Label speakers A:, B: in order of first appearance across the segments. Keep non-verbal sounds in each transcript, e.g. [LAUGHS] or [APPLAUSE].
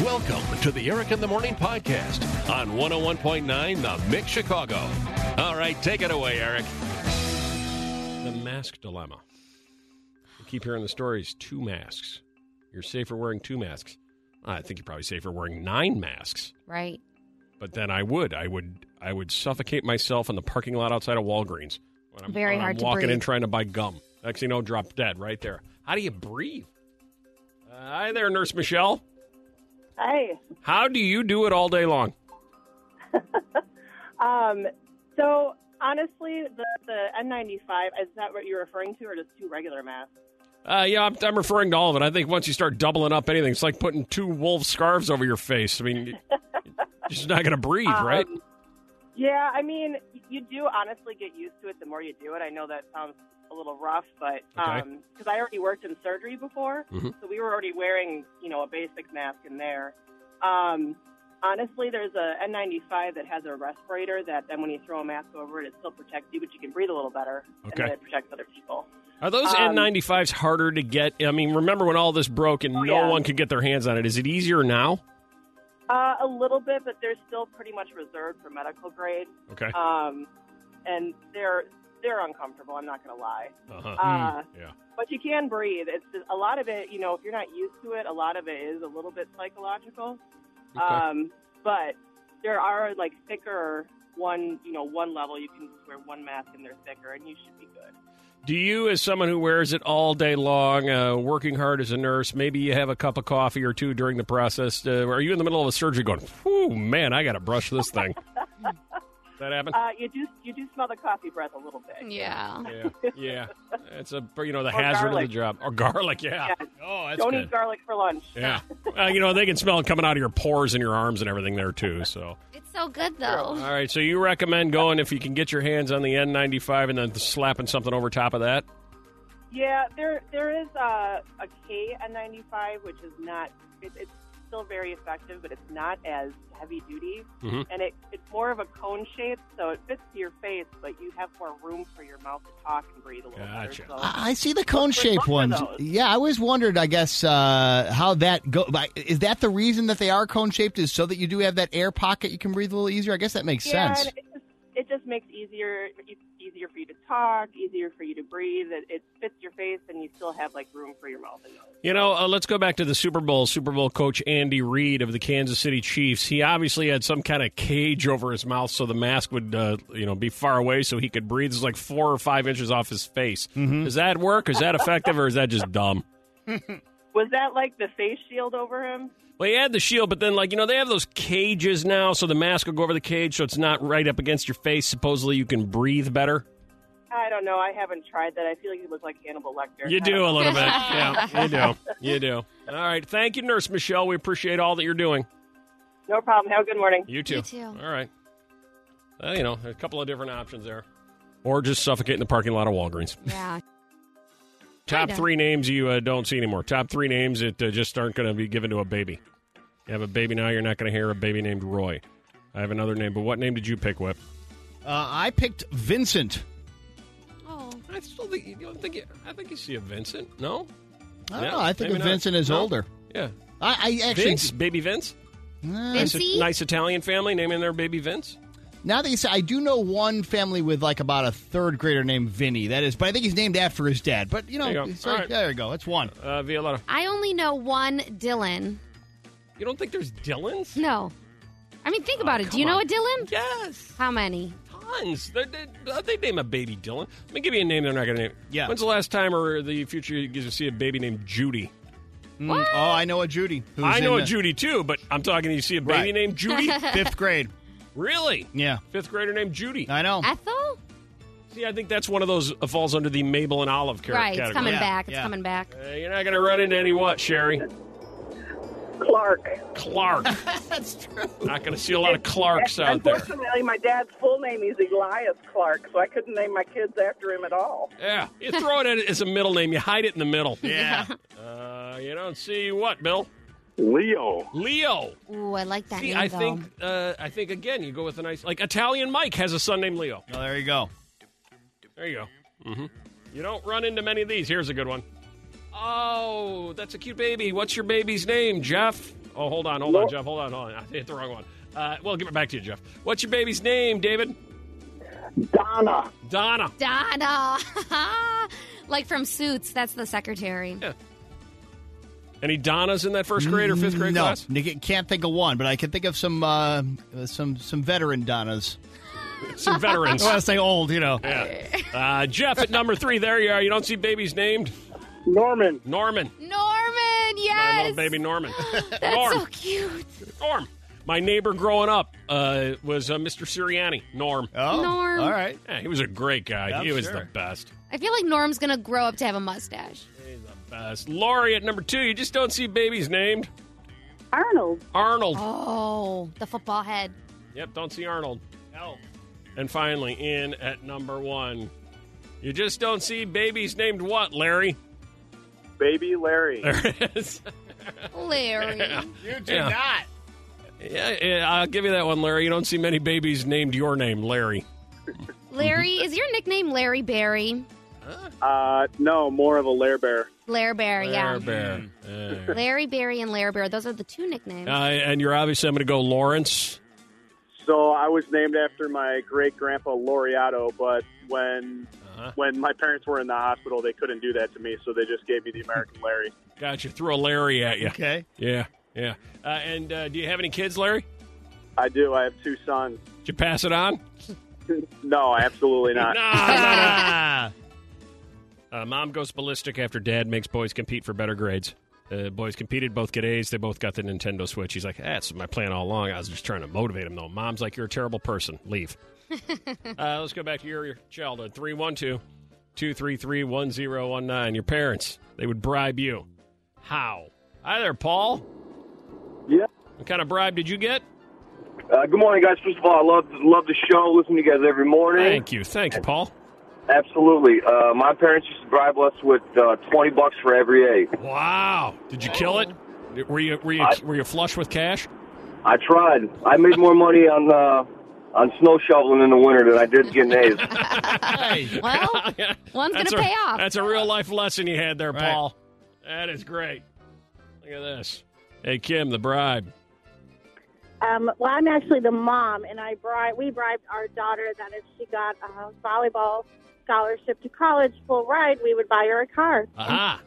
A: Welcome to the Eric in the Morning podcast on 101.9 The Mix Chicago. All right, take it away, Eric. The mask dilemma. We keep hearing the stories two masks. You're safer wearing two masks. I think you're probably safer wearing nine masks.
B: Right.
A: But then I would, I would, I would suffocate myself in the parking lot outside of Walgreens when I'm,
B: Very
A: when I'm
B: hard to
A: walking in
B: breathe.
A: trying to buy gum. Next thing you know, drop dead right there. How do you breathe? Uh, hi there, Nurse Michelle.
C: Hey.
A: How do you do it all day long?
C: Um, so honestly, the, the N95 is that what you're referring to, or just two regular masks?
A: Uh, yeah, I'm, I'm referring to all of it. I think once you start doubling up anything, it's like putting two wolf scarves over your face. I mean, you're just not going to breathe, right?
C: Um, Yeah, I mean, you do honestly get used to it the more you do it. I know that sounds a little rough, but
A: Okay.
C: because I already worked in surgery before,
A: Mhm.
C: so we were already wearing you know a basic mask in there. Um, honestly, there's a N95 that has a respirator that then when you throw a mask over it, it still protects you, but you can breathe a little better, and
A: Okay.
C: then it protects other people.
A: Are those
C: um,
A: N95s harder to get? I mean, remember when all this broke and
C: Oh,
A: no
C: yeah.
A: one could get their hands on it? Is it easier now?
C: Uh, a little bit, but they're still pretty much reserved for medical grade,
A: Okay.
C: um, and they're they're uncomfortable. I'm not going to lie,
A: Uh-huh.
C: uh,
A: Hmm. yeah.
C: but you can breathe. It's just, a lot of it, you know, if you're not used to it, a lot of it is a little bit psychological.
A: Okay.
C: Um, but there are like thicker one, you know, one level you can just wear one mask and they're thicker, and you should be good.
A: Do you, as someone who wears it all day long, uh, working hard as a nurse, maybe you have a cup of coffee or two during the process? Uh, are you in the middle of a surgery going, whew, man, I got to brush this [LAUGHS] thing? Does that happen?
C: Uh, you do you do smell the coffee breath a little bit.
B: Yeah.
A: yeah, yeah. It's a you know the
C: Or
A: hazard of
C: garlic.
A: the job or garlic. Yeah.
C: Yeah.
A: Oh, that's
C: Don't
A: good.
C: eat garlic for lunch.
A: yeah. Well, you know they can smell it coming out of your pores and your arms and everything there too. So
B: It's so good
A: all
B: though.
A: right. So you recommend going if you can get your hands on the N95 and then slapping something over top of that.
C: Yeah, there there is a, a KN95, which is not, it, it's still very effective, but it's not as heavy duty.
A: Mhm.
C: And it, it's more of a cone shape, so it fits to your face, but you have more room for your mouth to talk and breathe a little
A: Gotcha.
C: better. So.
D: I I see the cone
C: both
D: shaped
C: of
D: ones.
C: those.
D: Yeah, I always wondered. I guess uh, how that go. but Is that the reason that they are cone shaped? Is so that you do have that air pocket you can breathe a little easier? I guess that makes
C: yeah,
D: sense.
C: and it just, it just makes easier it's easier for you to talk, easier for you to breathe. It, it fits your face, and you still have like room for your mouth and nose.
A: You know, uh, let's go back to the Super Bowl. Super Bowl coach Andy Reid of the Kansas City Chiefs. He obviously had some kind of cage over his mouth so the mask would, uh, you know, be far away so he could breathe. It's like four or five inches off his face.
D: Mm-hmm.
A: Does that work? Is that effective, or is that just dumb?
C: Was that like the face shield over him?
A: Well, he had the shield, but then, like, you know, they have those cages now, so the mask will go over the cage so it's not right up against your face. Supposedly you can breathe better.
C: I don't know. I haven't tried that. I feel like you look like Hannibal Lecter.
A: You
C: I don't
A: do a
C: know.
A: little
B: [LAUGHS]
A: bit. Yeah, you do. You do. All right. Thank you, Nurse Michelle. We appreciate all that you're doing.
C: No problem. Have a good morning.
A: You too.
B: You too.
A: All right. Uh, you know, a couple of different options there. Or just suffocate in the parking lot of Walgreens.
B: Yeah.
A: Top
B: Kinda.
A: three names you uh, don't see anymore. Top three names that uh, just aren't going to be given to a baby. You have a baby now, you're not going to hear a baby named Roy. I have another name, but what name did you pick, Whip?
D: Uh, I picked Vincent.
B: Oh.
A: I still think you don't think you, I think you see a Vincent. No,
D: I don't
A: Yeah,
D: know. Oh, I think
A: maybe
D: of
A: not.
D: Vincent as
A: No.
D: older.
A: yeah,
D: I, I actually
A: Vince, baby Vince,
D: Uh,
A: nice,
B: Vince- See?
A: nice Italian family naming their baby Vince.
D: now that you say, I do know one family with like about a third grader named Vinny. That is, but I think he's named after his dad. But you know,
A: There you go.
D: it's
A: All
D: like-
A: right.
D: there you go. That's one.
A: Uh, Violetta,
B: I only know one Dylan.
A: you don't think there's
B: [LAUGHS]
A: Dylans?
B: No. I mean, think about it. Do you
A: Oh, come
B: know
A: on.
B: a Dylan?
A: Yes.
B: How many?
A: Tons. They, they, they name a baby Dylan. Let me give you a name they're not going to name.
D: Yeah.
A: When's the last time or the future you get to see a baby named Judy?
D: Mm. Oh, I know a Judy. Who's
A: I know
D: in
A: a
D: the
A: Judy too, but I'm talking you see a baby
D: Right.
A: named
B: [LAUGHS]
A: Judy? [LAUGHS]
D: Fifth grade.
A: really?
D: Yeah,
A: Fifth grader named Judy.
D: I know.
B: Ethel?
A: See, I think that's one of those uh, falls under the Mabel and Olive car-
B: Right. It's
A: category.
B: coming
D: Yeah,
B: back. It's
D: yeah.
B: coming back.
A: Uh, you're not going to run into any what, Sherry?
C: Clark.
A: Clark.
D: That's true.
A: not going to see a lot of Clarks out there.
C: Unfortunately, my dad's full name is Elias Clark, so I couldn't name my kids after him at all.
A: Yeah. You throw it in as a middle name, you hide it in the middle. [LAUGHS]
D: Yeah.
A: Uh, you don't see what, Bill?
E: Leo.
A: Leo.
B: Ooh, I like that
A: See,
B: name
A: I
B: though.
A: think uh, I think again you go with a nice like Italian Mike has a son named Leo.
D: Well, there you go.
A: There you go. Mm-hmm. You don't run into many of these. Here's a good one. Oh, that's a cute baby. What's your baby's name, Jeff? Oh, hold on, hold on, Jeff. Hold on, hold on. I hit the wrong one. Uh, well, give it back to you, Jeff. What's your baby's name, David?
E: Donna.
A: Donna.
B: Donna. [LAUGHS] like from Suits. That's the secretary.
A: Any Donnas in that first grade or fifth grade
D: no,
A: class?
D: Nick- can't think of one, but I can think of some uh, some some veteran Donnas.
A: Some
D: [LAUGHS]
A: veterans.
D: I want to say old, you know.
A: Yeah. Uh, Jeff at number three. There you are. You don't see babies named
E: Norman.
A: Norman.
B: Norman.
A: My
B: Yes.
A: little
B: [LAUGHS]
A: baby Norman.
B: That's
A: Norm.
B: so cute.
A: Norm. My neighbor growing up uh, was uh, Mr. Siriani. Norm.
D: Oh,
B: Norm.
D: all right.
A: Yeah, he was a great guy.
D: Yeah, I'm
A: he was
D: sure.
A: the best.
B: I feel like Norm's gonna grow up to have a mustache.
A: He's the best. Laurie at number two. You just don't see babies named
F: Arnold.
A: Arnold.
B: Oh, the football head.
A: [LAUGHS] Yep, don't see Arnold. And finally, in at number one. You just don't see babies named what, Larry?
E: Baby Larry.
A: There it is.
B: Larry.
D: You
A: do Yeah.
D: not.
A: Yeah, yeah, I'll give you that one, Larry. You don't see many babies named your name, Larry.
B: Larry, is your nickname Larry Berry?
E: Uh, no, more of a Lair Bear.
B: Lair Bear, yeah.
A: Larry Bear. Yeah.
B: Larry Berry and Lair Bear. Those are the two nicknames.
A: Uh, [LAUGHS] and you're obviously, I'm going to go Lawrence.
E: So I was named after my great grandpa Laureato, but when
A: Uh-huh.
E: when my parents were in the hospital, they couldn't do that to me, so they just gave me the American Larry.
A: Gotcha. Threw a Larry at you.
D: Okay.
A: Yeah, yeah. Uh, and uh, do you have any kids, Larry?
E: I do. I have two sons. [LAUGHS]
A: Did you pass it on?
E: No, absolutely
A: [LAUGHS]
E: not.
A: no, no. Uh, mom goes ballistic after dad makes boys compete for better grades. Uh, boys competed, both get A's. They both got the Nintendo Switch. He's like, that's my plan all along. I was just trying to motivate him, though. Mom's like, you're a terrible person. Leave. uh, let's go back to your, your childhood. 312 233 1019. Your parents, they would bribe you. How? Hi there, Paul.
G: Yeah.
A: What kind of bribe did you get?
G: Uh, good morning, guys. First of all, I love love the show. Listen to you guys every morning.
A: Thank you. Thank you, Paul.
G: Absolutely. Uh, my parents used to bribe us with uh, twenty bucks for every A.
A: Wow. Did you kill it? Were you were you
G: I-
A: were you flush with cash?
G: I tried. I made more money on uh, on snow shoveling in the winter than I did getting A's.
D: Hey.
B: well,
A: [LAUGHS]
B: one's
A: That's
B: Oh, gonna
A: a-
B: pay off.
A: That's a real life lesson you had there,
D: Right.
A: Paul. That is great. Look at this. Hey Kim, the bribe.
F: Um, well, I'm actually the mom, and I bri- we bribed our daughter that if she got a volleyball scholarship to college full ride, we would buy her a car.
A: Aha.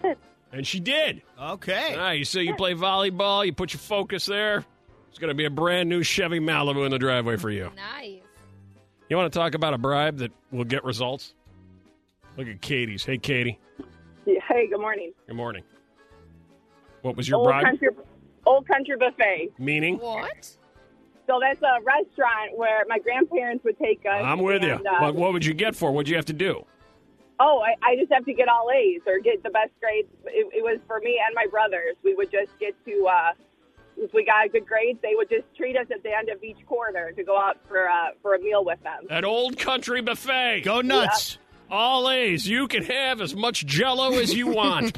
A: And she did.
D: Okay.
A: All right, so you play volleyball, you put your focus there. It's going to be a brand new Chevy Malibu in the driveway for you.
B: nice.
A: You want to talk about a bribe that will get results? Look at Katie's. Hey, Katie.
C: Hey, good morning.
A: Good morning. What was your
C: old
A: bribe?
C: country, old country buffet.
A: Meaning?
B: What?
C: So that's a restaurant where my grandparents would take us.
A: I'm with you.
C: and, uh,
A: But what would you get for? it? What'd you have to do?
C: oh, I, I just have to get all A's or get the best grades. It, it was for me and my brothers. We would just get to, uh, if we got a good grade, they would just treat us at the end of each quarter to go out for uh, for a meal with them.
A: An old country buffet.
D: Go nuts.
A: All A's. You can have as much jello as you
B: [LAUGHS]
A: want.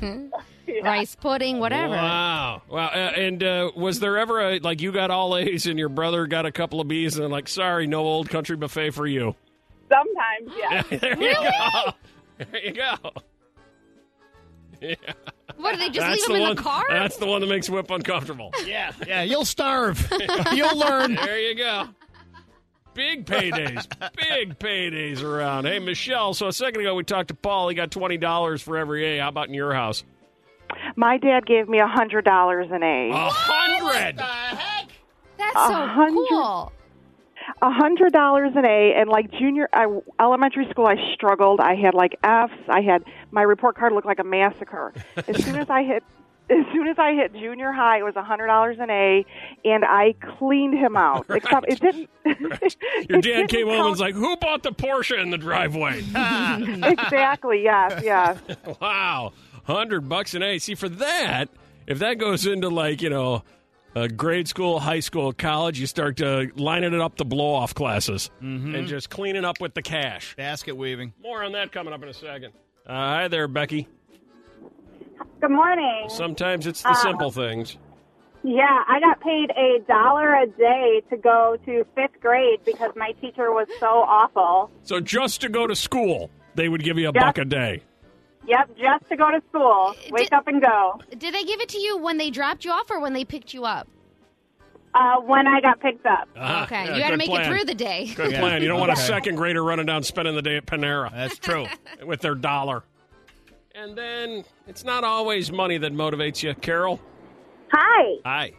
B: Rice pudding, whatever.
A: Wow. Wow. Uh, and uh, was there ever a, like, you got all A's and your brother got a couple of B's and, like, sorry, no old country buffet for you? [LAUGHS]
C: Sometimes, yeah.
A: there you go. There you go.
B: What do they just
A: that's
B: leave them
A: the
B: in
A: one.
B: the car?
A: That's the one that makes Whip uncomfortable.
D: Yeah. Yeah. You'll [LAUGHS] starve. you'll learn.
A: There you go. Big paydays. Big paydays around. Hey, Michelle. So a second ago, we talked to Paul. He got $20 for every A. How about in your house?
H: My dad gave me a hundred dollars an
A: A
H: A.
A: hundred.
B: That's
H: A
B: so
H: hundred-
B: cool.
H: A hundred dollars an A, and like junior, I, elementary school, I struggled. I had like Fs. I had my report card looked like a massacre. As soon as I hit, as soon as I hit junior high, it was a hundred dollars an A, and I cleaned him out. Except it
A: [LAUGHS]
H: didn't.
A: Your
H: [LAUGHS] it didn't
A: dad came home
H: count-
A: and was like, "Who bought the Porsche in the driveway?" [LAUGHS]
H: exactly. Yes. Yes.
A: wow, hundred bucks an A. See, for that, if that goes into like you know, uh, grade school, high school, college, you start uh, lining it up to blow off classes and just cleaning up with the cash.
D: Basket weaving.
A: More on that coming up in a second. Uh, hi there, Becky.
F: Good morning.
A: Sometimes it's
F: Uh,
A: the simple things.
F: Yeah, I got paid a dollar a day to go to fifth grade because my teacher was so awful.
A: So just to go to school, they would give you a
F: Yeah.
A: buck a day.
F: Yep, just to go to school. Wake up and go.
B: Did they give it to you when they dropped you off or when they picked you up?
F: Uh, when I got picked up.
A: Ah,
B: okay,
A: yeah,
B: you got to
A: good
B: make
A: plan.
B: it through the day.
A: Good
D: Yeah.
A: plan. You don't want
D: Okay.
A: a second grader running down spending the day at Panera.
D: That's true.
A: [LAUGHS] with their dollar. And then it's not always money that motivates you, Carol.
F: Hi.
A: Hi.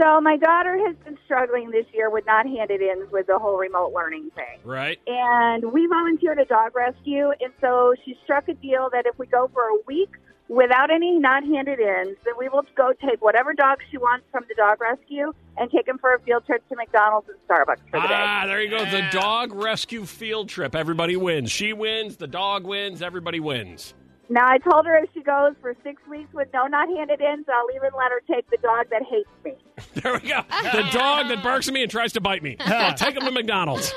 F: So my daughter has been struggling this year with not handed ins with the whole remote learning thing.
A: Right.
F: And we volunteered at dog rescue, and so she struck a deal that if we go for a week without any not handed ins, then we will go take whatever dog she wants from the dog rescue and take him for a field trip to McDonald's and Starbucks for the day.
A: Ah, there you go. The dog rescue field trip. Everybody wins. She wins. The dog wins. Everybody wins. [LAUGHS]
F: Now I told her if she goes for six weeks with no not handed ins, I'll even let her take the dog that hates me.
A: There we go.
F: [LAUGHS]
A: The dog that barks at me and tries to bite
D: [LAUGHS]
A: me. I'll take him to McDonald's.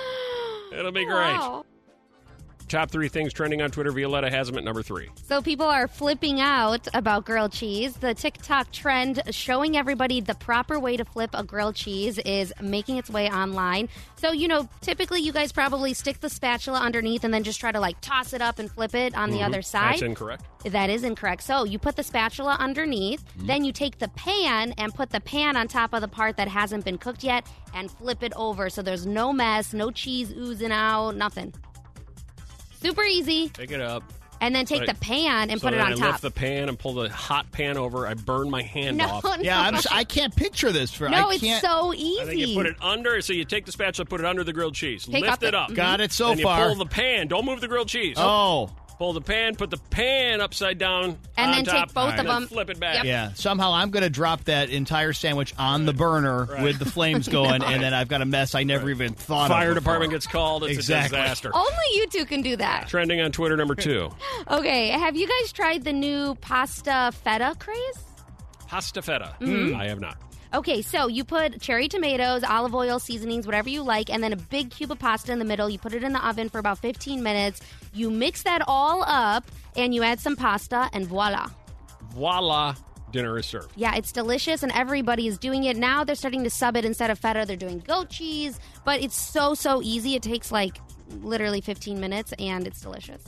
A: It'll be great.
B: [LAUGHS] Wow.
A: Top three things trending on Twitter. Violetta has them at number three.
B: So people are flipping out about grilled cheese. The TikTok trend showing everybody the proper way to flip a grilled cheese is making its way online. So, you know, typically you guys probably stick the spatula underneath and then just try to like toss it up and flip it on the other side.
A: That's incorrect.
B: That is incorrect. So you put the spatula underneath, then you take the pan and put the pan on top of the part that hasn't been cooked yet and flip it over so there's no mess, no cheese oozing out, nothing. Super easy.
A: Pick it up.
B: And then take
A: Right.
B: the pan and
A: so
B: put it
A: then
B: on
A: I
B: top.
A: lift the pan and pull the hot pan over. I burn my hand
B: [LAUGHS] no,
A: off.
B: no,
D: Yeah, I'm, s- I can't picture this. For
B: [LAUGHS] no,
D: I
B: it's
D: can't.
B: so
A: I think you
B: easy.
A: put it under. So you take the spatula, put it under the grilled cheese,
B: Take
A: lift
B: off
A: it
B: the- Mm-hmm.
A: up.
D: Got it so
A: Then you
D: far.
A: pull the pan. Don't move the grilled cheese.
D: oh,
A: Pull the pan. Put the pan upside down.
B: And
A: on
B: then take
A: top,
B: both
A: and
B: of
A: then
B: them.
A: Flip it back.
B: Yep.
D: yeah. Somehow I'm going to drop that entire sandwich on the burner with the
A: [LAUGHS]
D: flames going, and then I've got a mess I never even thought of.
A: Fire
D: before.
A: department gets called. It's
D: Exactly.
A: a disaster.
B: Only you two can
A: [LAUGHS]
B: do that.
A: Trending on Twitter number
B: [LAUGHS]
A: two.
B: Okay, have you guys tried the new pasta feta craze?
A: Pasta feta.
B: Mm-hmm.
A: I have not.
B: Okay, so you put cherry tomatoes, olive oil, seasonings, whatever you like, and then a big cube of pasta in the middle. You put it in the oven for about 15 minutes. You mix that all up and you add some pasta, and voila.
A: Voila. Dinner is served.
B: Yeah, it's delicious, and everybody is doing it now. They're starting to sub it instead of feta. They're doing goat cheese, but it's so, so easy. It takes like literally 15 minutes, and it's delicious.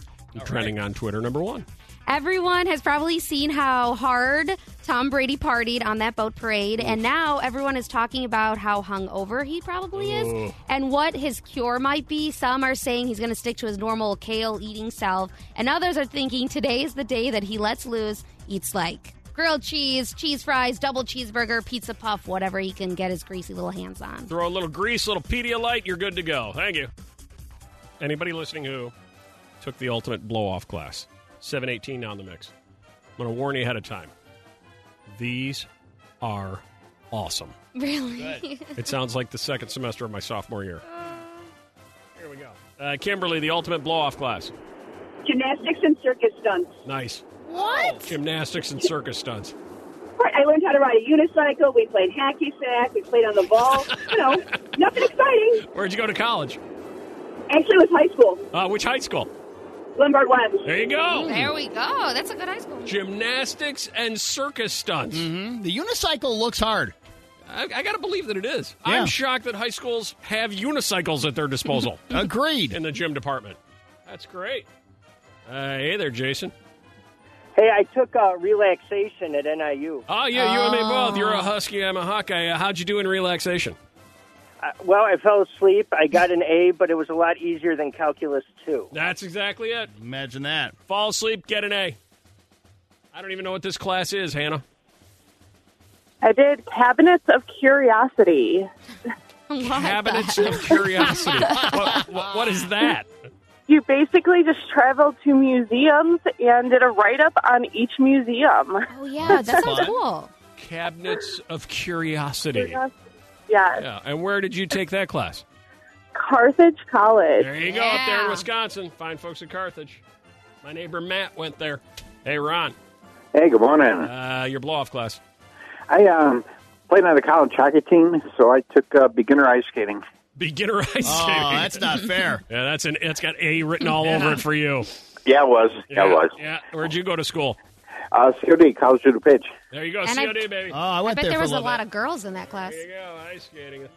A: Trending on Twitter number one.
B: Everyone has probably seen how hard Tom Brady partied on that boat parade, and now everyone is talking about how hungover he probably is and what his cure might be. Some are saying he's going to stick to his normal kale eating self, and others are thinking today is the day that he lets loose, eats like grilled cheese, cheese fries, double cheeseburger, pizza puff, whatever he can get his greasy little
A: [LAUGHS]
B: hands on.
A: Throw a little grease, a little Pedialyte. You're good to go. Thank you. Anybody listening who took the ultimate blow off class, 718 now in the mix. I'm going to warn you ahead of time. These are awesome.
B: Really?
A: It sounds like the second semester of my sophomore year. Here we go. Uh, Kimberly, the ultimate blow off class.
C: Gymnastics and circus stunts.
A: Nice.
B: what?
A: Gymnastics and circus stunts.
C: I learned how to ride a unicycle. We played hacky sack. We played on the ball. you know, nothing exciting.
A: Where'd you go to college?
C: Actually, it was high school.
A: Uh, which high school?
C: Lombard Webs.
A: There you go.
B: There we go. That's a good high school.
A: Gymnastics and circus stunts.
D: Hmm, The unicycle looks hard.
A: I, I got to believe that it is.
D: Yeah.
A: I'm shocked that high schools have unicycles at their disposal [LAUGHS]
D: Agreed.
A: in the gym department. That's great. Uh, hey there, Jason.
I: Hey, I took uh, relaxation at NIU.
A: Oh, yeah, you and me both. You're a Husky, I'm a Hawkeye. Uh, How'd you do in relaxation?
I: Uh, well, I fell asleep. I got an A, but it was a lot easier than calculus two.
A: That's exactly it.
D: Imagine [LAUGHS] that.
A: Fall asleep, get an A. I don't even know what this class is, Hannah.
F: I did Cabinets of Curiosity.
A: Cabinets of Curiosity. what, what, what is that?
H: You basically just traveled to museums and did a write up on each museum.
B: Oh, yeah. That sounds
D: Fun.
B: cool.
A: Cabinets of Curiosity.
H: Yes,
A: Yeah, and where did you take that class?
H: Carthage College.
A: There you go, up there in
B: Yeah.
A: Wisconsin. Fine folks in Carthage. My neighbor Matt went there. Hey, Ron,
G: [LAUGHS] Hey, good morning.
A: uh, your blow off class.
G: I um, played on the college hockey team, so I took uh, beginner ice skating.
A: Beginner ice skating.
D: Oh, that's not fair.
A: yeah, that's an it's got A written all over it for you.
G: Yeah, it was. Yeah, it was.
A: Yeah. Where'd you go to school?
G: Uh, COD, college through the pitch.
A: There you go,
B: And I-
A: COD baby.
D: Oh, I
B: I
D: went
B: bet
D: there,
B: there
D: for
B: was a
D: little
B: lot
D: bit.
B: of girls in that class.
A: there you go, ice skating.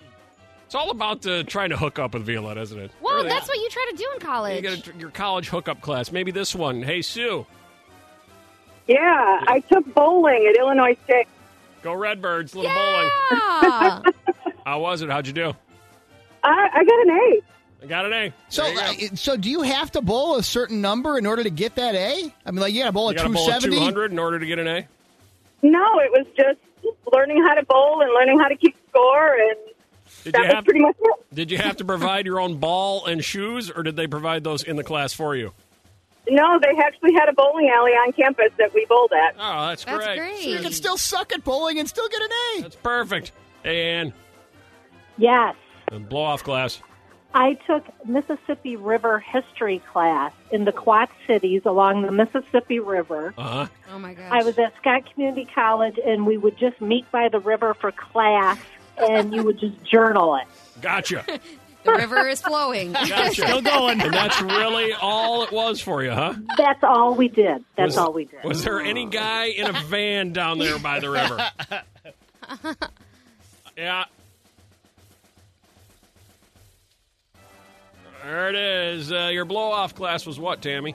A: It's all about uh, trying to hook up with Violetta, isn't it?
B: Well,
A: Really?
B: that's what you try to do in
A: you
B: college.
A: get a, your college hookup class. Maybe this one. Hey, Sue.
C: Yeah, I took bowling at Illinois State.
A: Go Redbirds, little
B: Yeah.
A: bowling. How was it? How'd you do?
C: I, I got an eight.
A: I got an A.
D: So,
A: There you go.
D: uh, it- so do you have to bowl a certain number in order to get that A? I mean, like, you got to bowl
A: you
D: a
A: got to bowl a
D: 270.
A: 200 in order to get an A?
C: No, it was just learning how to bowl and learning how to keep score, and
A: Did
C: that
A: you,
C: was
A: have,
C: pretty much it.
A: did you have to provide your own ball and shoes, or did they provide those in the class for you?
C: No, they actually had a bowling alley on campus that we bowled at.
A: Oh, that's,
B: That's
A: great.
B: great.
D: You can still suck at bowling and still get an A.
A: That's perfect. Hey, Ann,
J: Yes.
A: the blow off class.
J: I took Mississippi River history class in the Quad Cities along the Mississippi River.
A: Uh huh.
B: Oh my gosh.
J: I was at Scott Community College, and we would just meet by the river for class, and you would just journal it.
A: Gotcha.
B: the river is flowing.
A: Gotcha. Still going. And that's really all it was for you, huh?
J: That's all we did. That's
A: Was-
J: all we did.
A: Was there any guy in a van down there by the river? yeah. There it is. Uh, your blow off class was what, Tammy?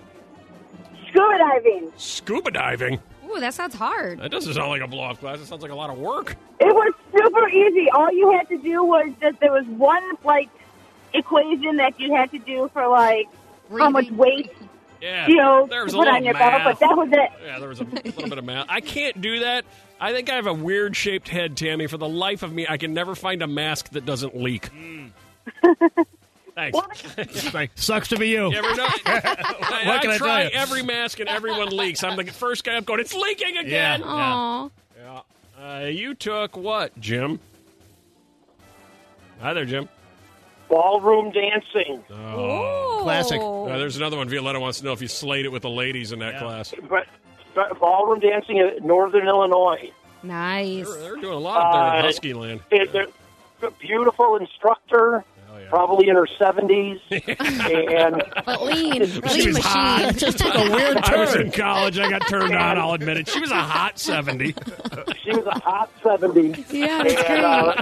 C: Scuba diving.
A: Scuba diving.
B: Ooh, that sounds hard.
A: That doesn't sound like a blow off class. It sounds like a lot of work.
C: It was super easy. All you had to do was that there was one like equation that you had to do for like how much
B: Breathing.
C: weight
A: Yeah.
C: you know
A: there was a
C: put
A: little
C: on your belt,
A: math.
C: but that was it.
A: Yeah, there was a little bit of math. I can't do that. I think I have a weird shaped head, Tammy. For the life of me, I can never find a mask that doesn't leak.
C: Hmm.
A: Thanks.
K: Like, sucks to be you.
A: You
C: [LAUGHS]
A: ever know? I,
K: What can I tell
A: try
K: you?
A: every mask and everyone leaks. I'm the first guy up going, it's leaking again.
K: Yeah.
B: Aw.
A: Uh, you took what, Jim? Hi there, Jim.
L: Ballroom dancing.
B: Ooh.
D: Classic.
A: Uh, there's another one. Violetta wants to know if you slayed it with the ladies in that
K: Yeah.
A: class.
L: But, but ballroom dancing in northern Illinois.
B: Nice.
A: They're, they're doing a lot up there in
L: Uh,
A: Husky Land.
L: It, they're- a beautiful instructor,
A: Hell Oh, yeah.
L: probably in her 70s. and
B: But lean. lean
K: She was
B: machine.
K: hot.
D: [LAUGHS]
K: It just took
A: [LAUGHS]
K: a weird
A: I was
K: turn.
A: in college. I got turned on. I'll admit it. She was a hot seventy.
L: she was a hot 70.
B: [LAUGHS] Yeah, that's
L: and, uh,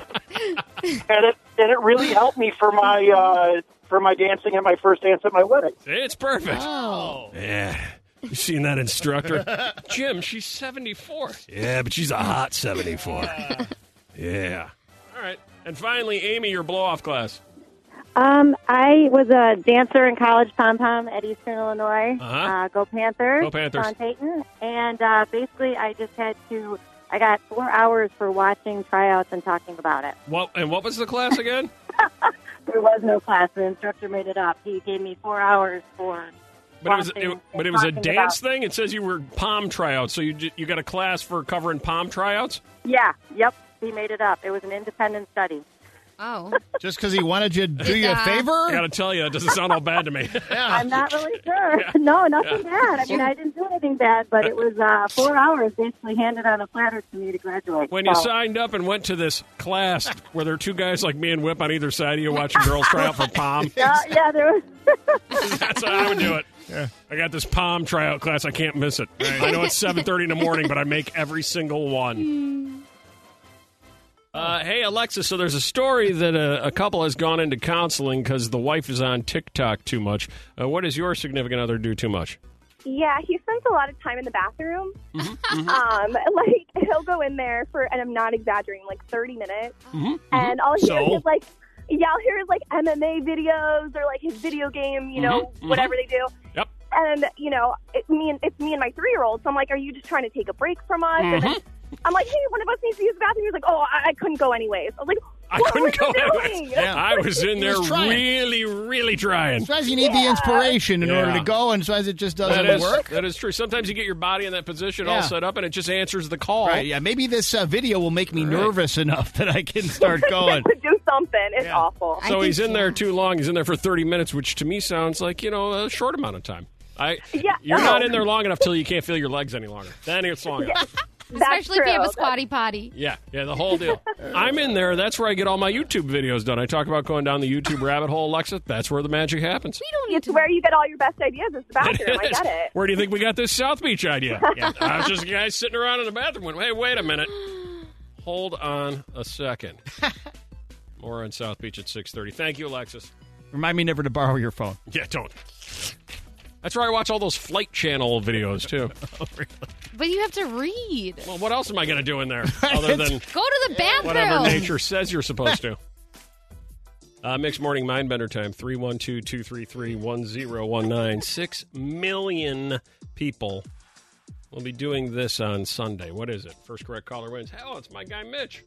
L: and, it, and it really helped me for my, uh, for my dancing at my first dance at my wedding.
A: It's perfect.
B: Oh.
A: Yeah. You seen that instructor? Jim, she's 74. Yeah, but she's a hot 74. yeah. All right. And finally, Amy, your blow off class.
J: Um, I was a dancer in college pom pom at Eastern Illinois.
A: Uh-huh.
J: Uh, Go Panthers.
A: Go Panthers.
J: Sean Payton. And uh, basically, I just had to. I got four hours for watching tryouts and talking about it.
A: What and what was the class again?
J: There was no class. The instructor made it up. He gave me four hours for.
A: But it was it,
J: watching
A: but
J: and
A: it was a
J: talking
A: dance
J: about-
A: thing. It says you were palm tryouts. So you ju- you got a class for covering palm tryouts?
J: Yeah. Yep. He made it up. It was an independent study.
B: Oh.
K: Just because he wanted you to do you a
B: Yeah.
K: favor?
A: I got to tell you, that doesn't sound all bad to me.
J: I'm not really
A: [LAUGHS]
J: sure. No, nothing bad. I mean, I didn't do anything bad, but it was uh, four hours basically handed on a platter to me to graduate.
A: when you
J: So-
A: signed up and went to this
C: [LAUGHS]
A: class where there are two guys like me and Whip on either side of you watching girls try out for palm,
C: [LAUGHS]
J: Uh, yeah, there was.
A: That's how I would do it. I got this palm tryout class. I can't miss it. I know it's seven thirty in the morning, but I make every single one.
C: [LAUGHS]
A: Uh, hey Alexa, so there's a story that a, a couple has gone into counseling because the wife is on TikTok too much. Uh, what does your significant other do too much?
C: Yeah, he spends a lot of time in the bathroom. Um, [LAUGHS] like he'll go in there for, and I'm not exaggerating, like 30 minutes, and all he
K: So?
C: hears is like, yeah, I'll hear his like MMA videos or like his video game, you know,
A: Mhm, mhm.
C: whatever they do.
A: Yep.
C: And you know, it, me and it's me and my three year old. So I'm like, are you just trying to take a break from us? And then I'm like, hey, one of us needs to use the bathroom. He's like, oh, I, I couldn't go anyways. I was like,
A: I
C: what
A: couldn't
C: were
A: go.
C: you
A: anywhere.
C: doing?
A: I was in there
D: was trying.
A: really, really trying.
D: Sometimes you need the inspiration in
A: Yeah.
D: order to go, and sometimes it just doesn't
A: That is,
D: work.
A: that is true. Sometimes you get your body in that position all
D: Yeah.
A: set up, and it just answers the call.
D: Right, yeah. Maybe this uh, video will make me
A: Right.
D: nervous enough that I can start going.
C: [LAUGHS] To do something, it's awful.
B: I
A: So
B: think
A: he's in
B: so.
A: there too long. He's in there for 30 minutes, which to me sounds like, you know, a short amount of time. I,
C: Yeah,
A: you're
C: no.
A: not in there long enough till you can't feel your legs any longer. Then
C: [LAUGHS]
A: it's long enough.
C: That's
B: Especially if you have a
C: true.
B: squatty potty.
A: Yeah, yeah, the whole deal. I'm in there. That's where I get all my YouTube videos done. I talk about going down the YouTube rabbit hole, Alexa. That's where the magic happens.
B: We don't need
C: It's
B: to.
C: where you get all your best ideas. It's the bathroom. I
A: It is.
C: get it.
A: Where do you think we got this South Beach
C: [LAUGHS]
A: idea? I was just a guy sitting around in the bathroom. Went, hey, wait a minute. Hold on a
C: [LAUGHS]
A: second. More on South Beach at 6:30. Thank you, Alexis.
D: Remind me never to borrow your phone.
A: Yeah, don't. That's where I watch all those flight channel videos too.
B: But you have to read.
A: Well, what else am I going to do in
C: [LAUGHS]
A: there other than
B: Go to the bathroom.
A: whatever nature says you're supposed to? Uh, mixed morning mindbender time 312 233 1019. Six million people will be doing this on Sunday. What is it? First correct caller wins. Hell, it's my guy Mitch.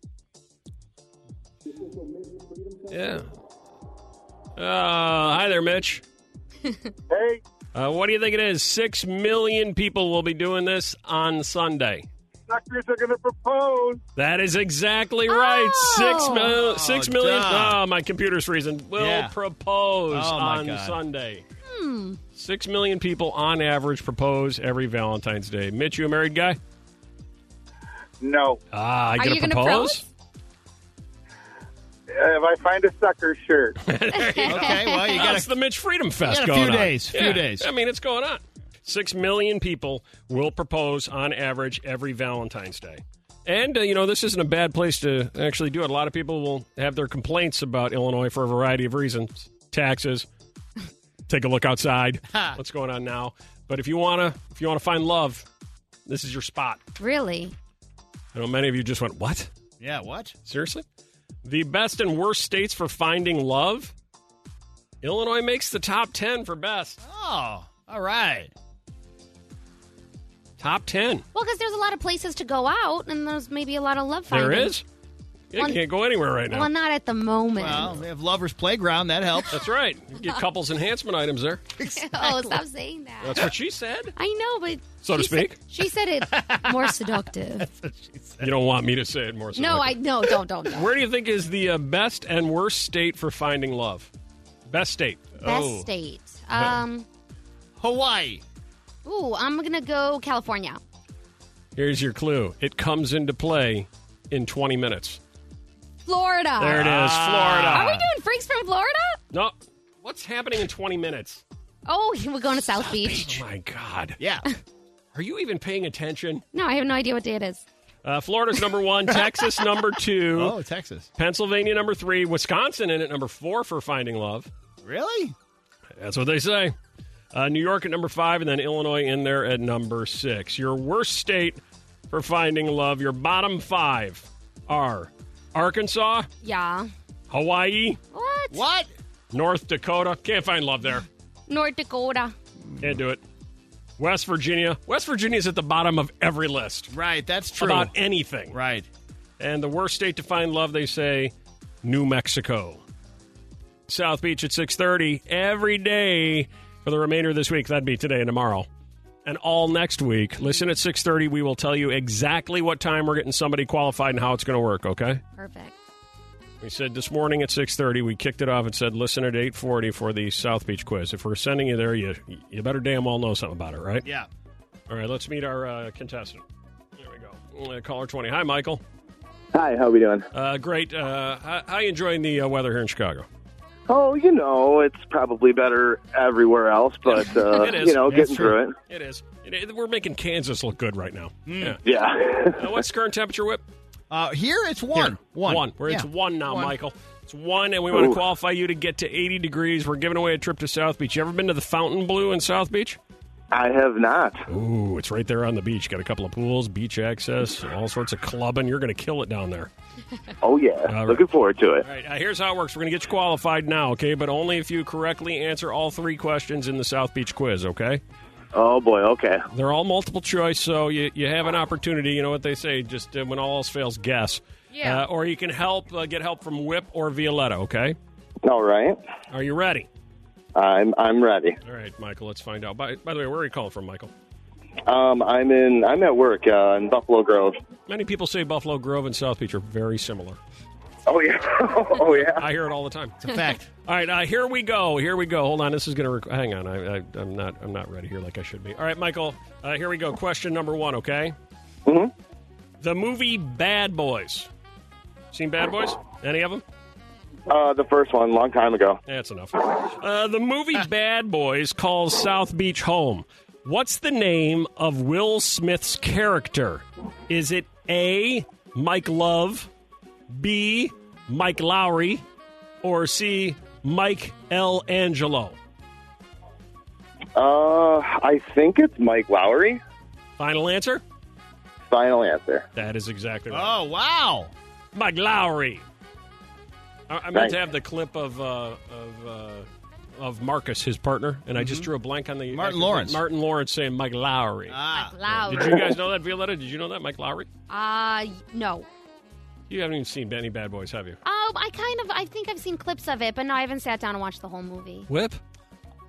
A: Yeah. Uh, hi there, Mitch.
I: Hey,
A: Uh, what do you think it is? Six million people will be doing this on Sunday.
I: doctors are going to propose.
A: That is exactly right. Six mil-
M: Oh,
A: six million.
M: duh.
A: Oh, my computer's freezing. Will
M: Yeah.
A: propose
M: Oh, my
A: on
M: God.
A: Sunday. Six million people on average propose every Valentine's Day. Mitch, you a married guy?
I: No.
A: Ah,
I: Are
A: you gonna
I: you gonna
A: propose?
I: If I find a sucker shirt.
A: okay,
M: well, you got
A: That's
M: a-
A: the Mitch Freedom Fest
M: you got a
A: going
M: few
A: on.
M: days, few
A: Yeah.
M: days.
A: I mean, it's going on. Six million people will propose on average every Valentine's Day. And, uh, you know, this isn't a bad place to actually do it. A lot of people will have their complaints about Illinois for a variety of reasons taxes, take a look outside,
D: [LAUGHS]
A: what's going on now. But if you want to if you want to find love, this is your spot.
B: Really?
A: I know many of you just went, "What?
M: Yeah, what?
A: Seriously? The best and worst states for finding love? Illinois makes the top 10 for best.
M: Oh, all right.
A: Top 10.
B: Well, because there's a lot of places to go out, and there's maybe a lot of love finding.
A: There is. You
B: Well,
A: can't go anywhere right now.
B: Well, not at the moment.
M: Well, they have Lover's Playground. That helps.
A: That's right. You get couples enhancement items there.
B: [LAUGHS] oh, stop saying that.
A: That's what she said.
B: I know, but
A: So to
B: she said-
A: speak?
B: she said it
A: [LAUGHS]
B: more seductive.
A: You don't want me to say it more. So
B: no, I no, don't, don't,
A: [LAUGHS]
B: don't.
A: Where do you think is the uh, best and worst state for finding love? Best state. Oh, [LAUGHS]
B: Best state. Um.
M: [LAUGHS] Hawaii.
B: Ooh, I'm gonna go California.
A: Here's your clue. It comes into play in 20 minutes.
B: Florida.
A: There it is, Florida.
B: Ah. Are we doing freaks from Florida?
A: No. What's happening in 20 minutes?
B: Oh, we're going to South, Beach.
A: Oh my God.
D: [LAUGHS]
M: Yeah.
A: Are you even paying attention?
B: No, I have no idea what day it is.
A: Uh, Florida's number
B: [LAUGHS]
A: one, Texas number two,
M: Oh, Texas.
A: Pennsylvania number three, Wisconsin in at number four for finding love.
M: Really?
A: That's what they say. Uh, New York at number five, and then Illinois in there at number six. Your worst state for finding love, your bottom five are Arkansas,
B: Yeah.
A: Hawaii,
B: What?
M: What?
A: North Dakota. Can't find love there.
B: North Dakota.
A: Can't do it. West Virginia. West Virginia's at the bottom of every list
M: Right. That's true.
A: about anything.
M: right.
A: And the worst state to find love, they say, New Mexico. South Beach at 6:30 every day for the remainder of this week. That'd be today and tomorrow. And all next week. Listen at 6:30, we will tell you exactly what time we're getting somebody qualified and how it's going to work, okay?
B: Perfect.
A: We said this morning at 6:30, we kicked it off and said listen at 8:40 for the South Beach quiz. If we're sending you there, you you better damn well know something about it, right?
M: Yeah.
A: All right, let's meet our uh, contestant. Here we go. Uh, caller 20. Hi, Michael.
G: Hi, how we doing?
A: Uh, great. Uh, how, how you enjoying the uh, weather here in Chicago?
G: Oh, you know, it's probably better everywhere else, but
A: [LAUGHS]
G: uh,
A: It is.
G: you know,
A: It's
G: getting
A: true.
G: through it.
A: It is. Hmm. It, it- we're making Kansas look good right now.
G: Yeah. [LAUGHS]
A: Yeah. Uh, what's current temperature, Whip?
M: Uh, here it's one.
A: Here.
M: One.
A: One. We're, It's
M: Yeah.
A: one now, Michael. It's one, and we want to
G: Ooh.
A: qualify you to get to 80 degrees. We're giving away a trip to South Beach. You ever been to the Fountain Blue in South Beach?
G: I have not.
A: Ooh, it's right there on the beach. Got a couple of pools, beach access, all sorts of clubbing. You're going to kill it down there.
G: Oh yeah,
A: right.
G: looking forward to it.
A: All right, uh, here's how it works. We're going to get you qualified now, okay? But only if you correctly answer all three questions in the South Beach quiz, okay?
G: Oh boy, okay.
A: They're all multiple choice, so you, you have an opportunity. You know what they say, just uh, when all else fails, guess.
B: Yeah.
A: Uh, or you can help uh, get help from Whip or Violetta, okay?
G: All right,
A: Are you ready?
G: I'm I'm ready.
A: All right, Michael, let's find out. By, by the way, where are you calling from, Michael?
G: Um, I'm in. I'm at work uh, in Buffalo Grove.
A: Many people say Buffalo Grove and South Beach are very similar.
N: [LAUGHS]
G: Oh yeah, oh yeah.
A: I hear it all the time.
M: It's a
A: [LAUGHS]
M: fact.
A: All right, uh, here we go. Here we go. Hold on, this is going to rec- hang on. I, I, I'm not. I'm not ready here like I should be. All right, Michael. Uh, here we go. Question number one. Okay.
G: Mhm.
A: The movie Bad Boys. Seen Bad Boys? Any of them?
G: Uh, the first one, long time ago.
A: That's enough. Uh, the movie
D: Ah.
A: Bad Boys calls South Beach home. What's the name of Will Smith's character? Is it A. Mike Love, B. Mike Lowry, or C. Mike L. Angelo?
G: Uh, I think it's Mike Lowry.
A: Final answer?
N: final answer.
A: That is exactly right.
D: Oh wow,
A: Mike Lowry. I, I meant
N: Thanks.
A: to have the clip of uh, of uh, of Marcus, his partner, and I just drew a blank on the
D: Mm-hmm. Martin Lawrence.
A: Martin Lawrence saying Mike Lowry.
D: Ah.
B: Lowry.
A: Did you guys know that, Violetta? Did you know that, Mike Lowry?
B: Uh, y- no.
A: You haven't even seen Benny Bad Boys, have you?
B: Oh, I kind of, I think I've seen clips of it, but no, I haven't sat down and watched the whole movie.
A: Whip.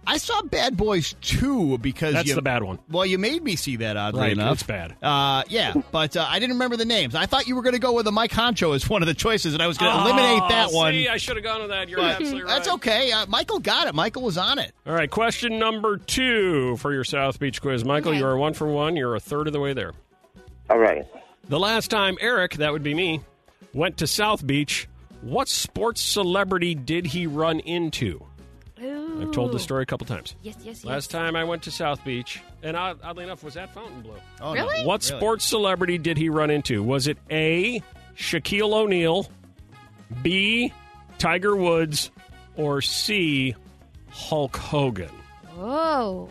D: I saw Bad Boys Two because
A: That's
D: you-
A: the bad one.
D: Well, you made me see that oddly
A: Right,
D: enough.
A: it's bad.
D: Uh, yeah, but uh, I didn't remember the names. I thought you were going to go with a Mike Honcho as one of the choices, and I was going to eliminate that
A: Oh, see,
D: one.
A: I should have gone with that. You're
D: But
A: absolutely right.
D: That's okay. Uh, Michael got it. Michael was on it.
A: All right, question number two for your South Beach quiz. Michael, you are one for one. You're a third of the way there.
N: All right.
A: The last time Eric, that would be me, went to South Beach, what sports celebrity did he run into? I've told the story a couple times.
B: Yes, yes, yes.
A: Last time I went to South Beach, and odd- oddly enough, was at Fontainebleau.
D: Oh,
B: no. Really?
A: What
B: Really?
A: sports celebrity did he run into? Was it A, Shaquille O'Neal, B, Tiger Woods, or C, Hulk Hogan?
B: Whoa.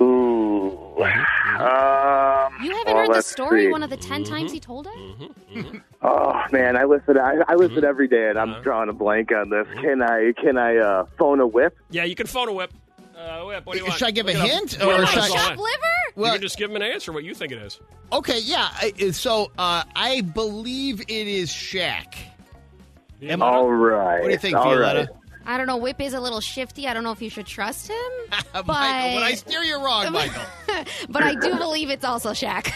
N: Ooh. Um,
B: You haven't
N: well,
B: heard the
N: let's
B: story
N: see.
B: one of the 10 times
A: Mm-hmm.
B: he told it?
N: Oh man, I listen. I, I listen
D: Mm-hmm.
N: every day, and I'm
D: Uh-huh.
N: drawing a blank on this. Can I? Can I uh, phone a whip?
A: Yeah, you can phone a whip. Uh, whip, what do you want?
D: Should I give
A: Look
D: a
A: it up.
D: hint,
A: Whip
D: or
A: is
D: should I-
A: online.
D: Chopped
B: liver?
A: you
D: Well-
A: can just give him an answer, what you think it is.
D: Okay, yeah. I, so uh, I believe it is Shaq. Uh, Am I-
N: All right.
D: Uh-huh. What do you think,
N: All
D: Violetta?
B: I don't know. Whip is a little shifty. I don't know if you should trust him. [LAUGHS] but
D: Michael, would I steer you
A: [LAUGHS]
D: wrong, Michael?
B: but I do believe it's also Shaq.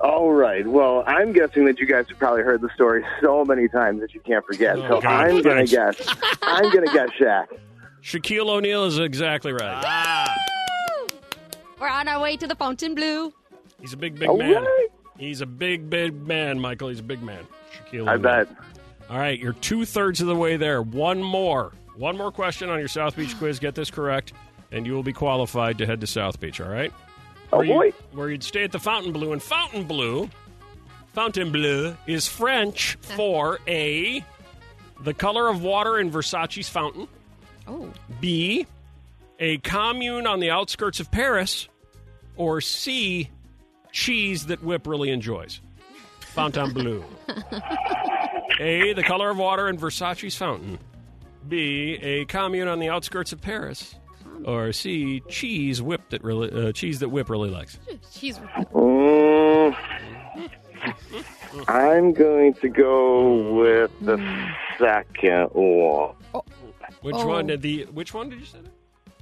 N: All right. Well, I'm guessing that you guys have probably heard the story so many times that you can't forget.
A: Oh,
N: so
A: God,
N: I'm gonna
A: thanks.
N: guess. I'm gonna guess Shaq.
A: Shaquille O'Neal is exactly right.
B: We're on our way to the Fontainebleau.
A: He's a big, big
N: All
A: man.
N: right.
A: He's a big, big man, Michael. He's a big man. Shaquille
N: I
A: O'Neal.
N: bet.
A: All right, you're two thirds of the way there. One more. One more question on your South Beach quiz. Get this correct, and you will be qualified to head to South Beach, all right?
N: Oh,
A: Where you-
N: boy.
A: where you'd stay at the Fontainebleau. And Fontainebleau, Fontainebleau is French for A, the color of water in Versace's fountain,
B: Oh.
A: B, a commune on the outskirts of Paris, or C, cheese that Whip really enjoys?
N: [LAUGHS]
A: Fontainebleau. a, the color of water in Versace's fountain. B, a commune on the outskirts of Paris. Or C, cheese whip that really uh, cheese that Whip really likes.
B: She's
N: Mm, I'm going to go with the second one.
A: Which
B: Oh.
A: one did the which one did you say? that?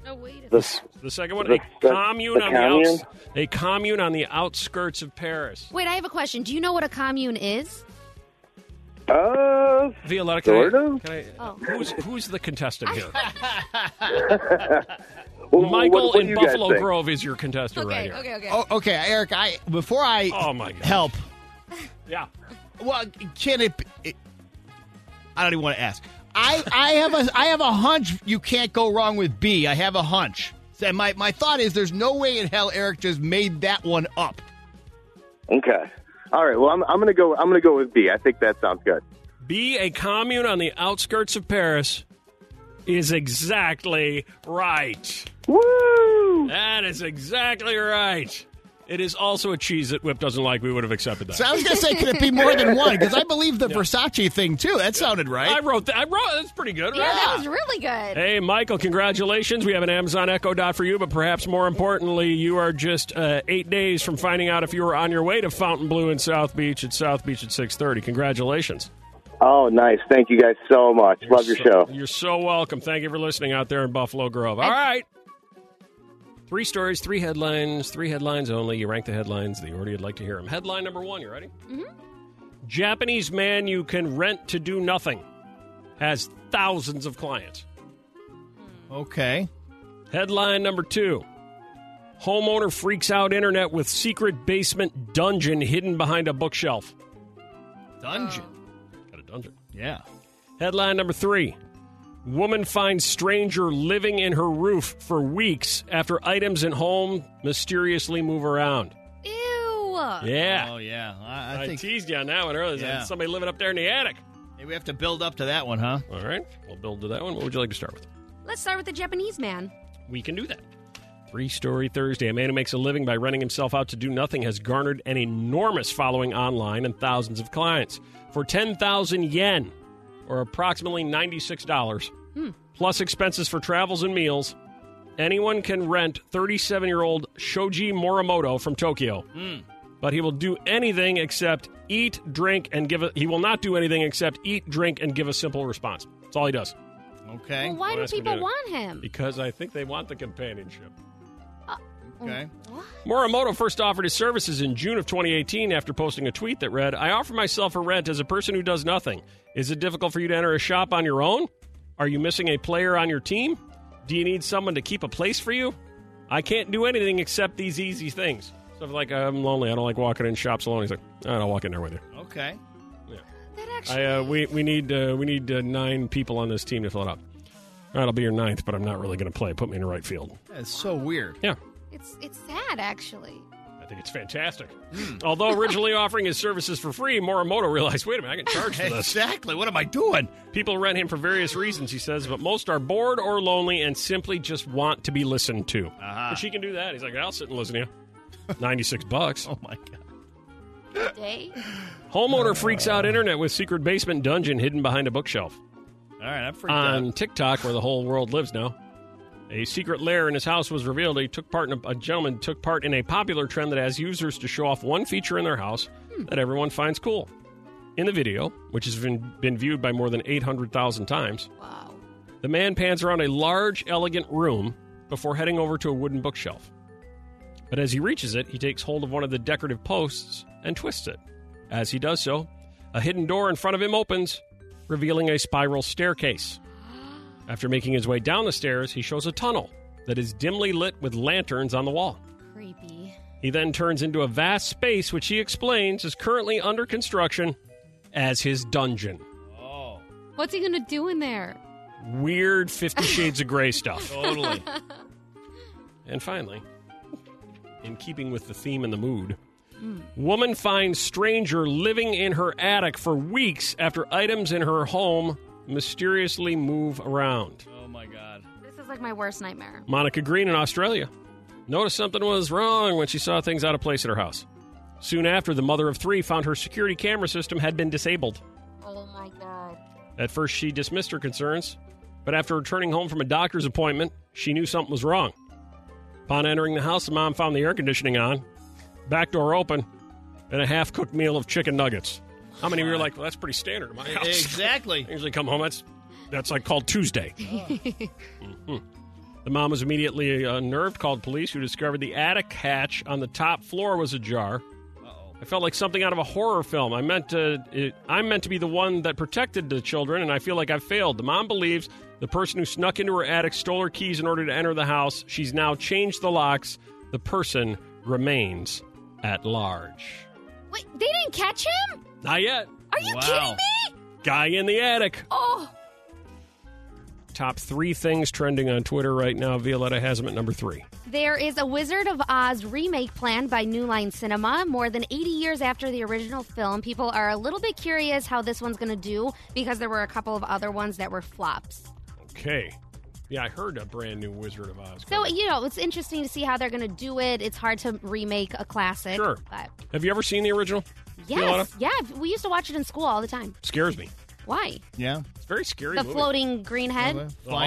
B: No, wait.
N: The, s-
A: The second one,
N: The-
A: a
N: the-
A: commune
N: the
A: on the outs, a commune on the outskirts of Paris.
B: Wait, I have a question. Do you know what a commune is?
N: uh,
A: Violetta, can
N: sort
A: I-
N: of.
A: can I-
B: Oh.
A: who's who's the contestant
B: [LAUGHS]
A: here?
N: Well,
A: Michael
N: what- what do
A: in
N: you guys
A: Buffalo
N: think?
A: Grove is your contestant right
B: Okay,
A: here.
B: okay, okay.
D: Oh, okay, Eric. I before I
A: Oh my god!
D: help.
A: Yeah,
D: Well, can it? Be, it I don't even want to ask. I, I have a I have a hunch you can't go wrong with B. I have a hunch. And my, my thought is there's no way in hell Eric just made that one up.
N: Okay. All right. Well, I'm, I'm gonna go. I'm gonna go with B. I think that sounds good.
A: be a commune on the outskirts of Paris is exactly right.
N: Woo!
A: That is exactly right. It is also a cheese that Whip doesn't like. We would have accepted that.
D: So I was gonna say, could it be more than one? Because I believe the Versace thing too. That sounded right.
A: I wrote that. I wrote that's pretty good,
B: Yeah,
A: right?
B: that was really good.
A: Hey, Michael, congratulations. We have an Amazon Echo Dot for you, but perhaps more importantly, you are just uh, eight days from finding out if you were on your way to Fontainebleau in South Beach at South Beach at 6.30. Congratulations.
N: Oh, nice. Thank you guys so much. Love your
A: So-
N: show.
A: You're so welcome. Thank you for listening out there in Buffalo Grove. All right. Three stories, three headlines, three headlines only. You rank the headlines the order you'd like to hear them. Headline number one, you ready? Mm-hmm. Japanese man you can rent to do nothing has thousands of clients.
D: Okay.
A: Headline number two Homeowner freaks out internet with secret basement dungeon hidden behind a bookshelf.
D: Dungeon.
A: Uh, Got a dungeon.
D: Yeah.
A: Headline number three Woman finds stranger living in her roof for weeks after items in home mysteriously move around.
B: Ew.
A: Yeah.
D: Oh yeah. I,
A: I,
D: I think
A: teased you on that one earlier.
D: Yeah.
A: Somebody living up there in the attic.
D: Hey, we have to build up to that one, huh?
A: All right. We'll build to that one. What would you like to start with?
B: Let's start with the Japanese man.
A: We can do that. Three Story Thursday. A man who makes a living by renting himself out to do nothing has garnered an enormous following online and thousands of clients. For 10,000 yen, or approximately $96,
B: Hmm.
A: plus expenses for travels and meals, anyone can rent 37 year old Shoji Morimoto from Tokyo. But he will do anything except eat, drink, and give a. He will not do anything except eat, drink, and give a simple response. That's all he does.
D: Okay.
B: Well, why
A: Don't
B: do
A: ask me
B: people
A: to-
B: want him?
A: Because I think they want the companionship.
D: Okay.
A: Morimoto first offered his services in June of 2018 after posting a tweet that read, I offer myself for rent as a person who does nothing. Is it difficult for you to enter a shop on your own? Are you missing a player on your team? Do you need someone to keep a place for you? I can't do anything except these easy things. Stuff like, I'm lonely. I don't like walking in shops alone. He's like, "All right, I'll walk in there with you.
D: Okay.
A: I, uh, we, we need, uh, we need uh, nine people on this team to fill it out. All right, I'll be your ninth, but I'm not really going to play. Put me in the right field.
D: That's so weird.
A: Yeah.
B: It's it's sad actually.
A: I think it's fantastic. Although originally offering his services for free, Morimoto realized, wait a minute, I can charge for this.
D: exactly. What am I doing?
A: People rent him for various reasons, he says, but most are bored or lonely and simply just want to be listened to. But she can do that. He's like, I'll sit and listen to you. 96 bucks.
D: Oh, my God.
B: Day.
A: Homeowner freaks out internet with secret basement dungeon hidden behind a bookshelf.
D: All right, I'm freaked
A: on
D: out.
A: TikTok, where the whole world lives now. A secret lair in his house was revealed. He took part in a, a gentleman took part in a popular trend that has users to show off one feature in their house
D: Hmm.
A: that everyone finds cool. In the video, which has been, been viewed by more than 800,000 times,
B: Wow.
A: the man pans around a large, elegant room before heading over to a wooden bookshelf. But as he reaches it, he takes hold of one of the decorative posts and twists it. As he does so, a hidden door in front of him opens, revealing a spiral staircase. After making his way down the stairs, he shows a tunnel that is dimly lit with lanterns on the wall.
B: Creepy.
A: He then turns into a vast space, which he explains is currently under construction as his dungeon.
D: Oh,
B: What's he gonna do in there?
A: Weird Fifty Shades of Grey stuff.
B: [LAUGHS]
D: totally.
A: And finally, in keeping with the theme and the mood, woman finds stranger living in her attic for weeks after items in her home mysteriously move around.
D: oh, my
A: [LAUGHS]
D: God.
B: This is like my worst nightmare.
A: Monica Green in Australia noticed something was wrong when she saw things out of place at her house. Soon after, the mother of three found her security camera system had been disabled.
B: Oh my god.
A: At first, she dismissed her concerns, but after returning home from a doctor's appointment, she knew something was wrong. Upon entering the house, the mom found the air conditioning on, back door open, and a half cooked meal of chicken nuggets. How many of you were like, well, that's pretty standard in my house?
D: Exactly.
A: I usually come home, that's, that's like called Tuesday. Mhm. The mom was immediately unnerved, called police, who discovered the attic hatch on the top floor was ajar.
D: Uh-oh.
A: I felt like something out of a horror film. I meant to. It, I'm meant to be the one that protected the children, and I feel like I've failed. The mom believes the person who snuck into her attic stole her keys in order to enter the house. She's now changed the locks. The person remains at large.
B: Wait, they didn't catch him?
A: Not yet.
B: Are you
D: Wow.
B: kidding me?
A: Guy in the attic.
B: Oh,
A: Top three things trending on Twitter right now. Violetta has them at number three.
B: there is a Wizard of Oz remake planned by New Line Cinema. More than 80 years after the original film, people are a little bit curious how this one's going to do because there were a couple of other ones that were flops.
A: Okay. Yeah, I heard a brand new Wizard of Oz.
B: So,
A: coming.
B: you know, it's interesting to see how they're going to do it. It's hard to remake a classic.
A: Sure.
B: But
A: have you ever seen the original? Violetta?
B: yes. Yeah, we used to watch it in school all the time.
A: Scares me.
B: Why?
D: Yeah.
A: It's a very scary.
B: The
A: movie.
B: floating green head?
D: Flying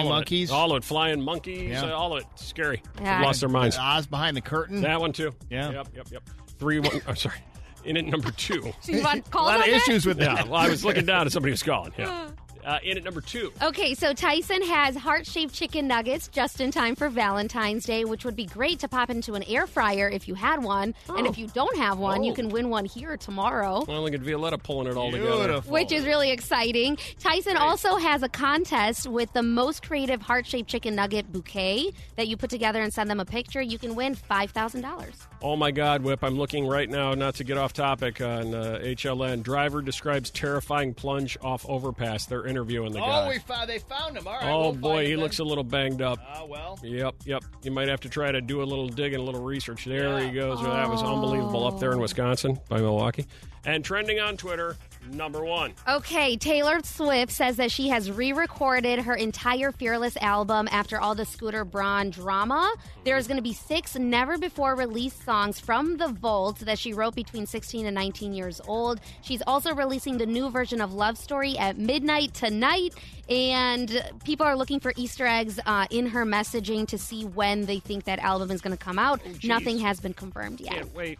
A: all of it.
D: monkeys.
A: all of it, flying monkeys,
D: Yeah.
A: uh, all of it. Scary.
B: Yeah.
A: Lost their minds.
D: Oz behind the curtain.
A: That one too.
D: Yeah.
A: Yep. Yep. Yep. Three. One, I'm sorry. In at number two.
B: So you want
D: a
B: calls
D: lot
B: on
D: of
B: that?
D: issues with
A: Yeah.
D: that.
A: Well, I was
D: [LAUGHS]
A: looking down at somebody was calling.
B: [LAUGHS]
A: Yeah. Uh, in at number two.
B: Okay, so Tyson has heart shaped chicken nuggets just in time for Valentine's Day, which would be great to pop into an air fryer if you had one. And if you don't have one, you
A: Oh.
B: can win one here tomorrow.
A: Well, look at Violetta pulling it all together.
D: Beautiful.
B: Which is really exciting. Tyson also has a contest with the most creative heart shaped chicken nugget bouquet that you put together and send them a picture. You can win $5,000.
A: Oh my God, Whip! I'm looking right now, not to get off topic on uh, HLN. Driver describes terrifying plunge off overpass. They're interviewing the guy.
D: Oh, we found, they found him. All right.
A: oh
D: we'll
A: boy,
D: find
A: he
D: him
A: looks a
D: then.
A: little banged up.
D: Ah, well.
A: Yep, yep. You might have to try to do a little digging, a little research. There he goes. That was unbelievable up there
D: Oh.
A: in Wisconsin by Milwaukee. And trending on Twitter, number one.
B: Okay, Taylor Swift says that she has re recorded her entire Fearless album after all the Scooter Braun drama. There's going to be six never before released songs from The Vault that she wrote between 16 and 19 years old. She's also releasing the new version of Love Story at midnight tonight, and people are looking for Easter eggs uh, in her messaging to see when they think that album is going to come out. Nothing has been confirmed yet.
A: Can't wait.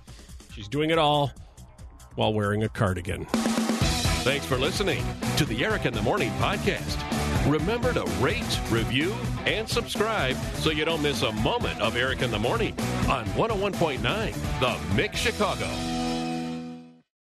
A: She's doing it all while wearing a cardigan.
O: Thanks for listening to the Eric in the Morning podcast.
A: Remember to rate, review, and subscribe so
O: oh
A: you don't miss a moment of Eric in the Morning on 101.9 The Mix Chicago.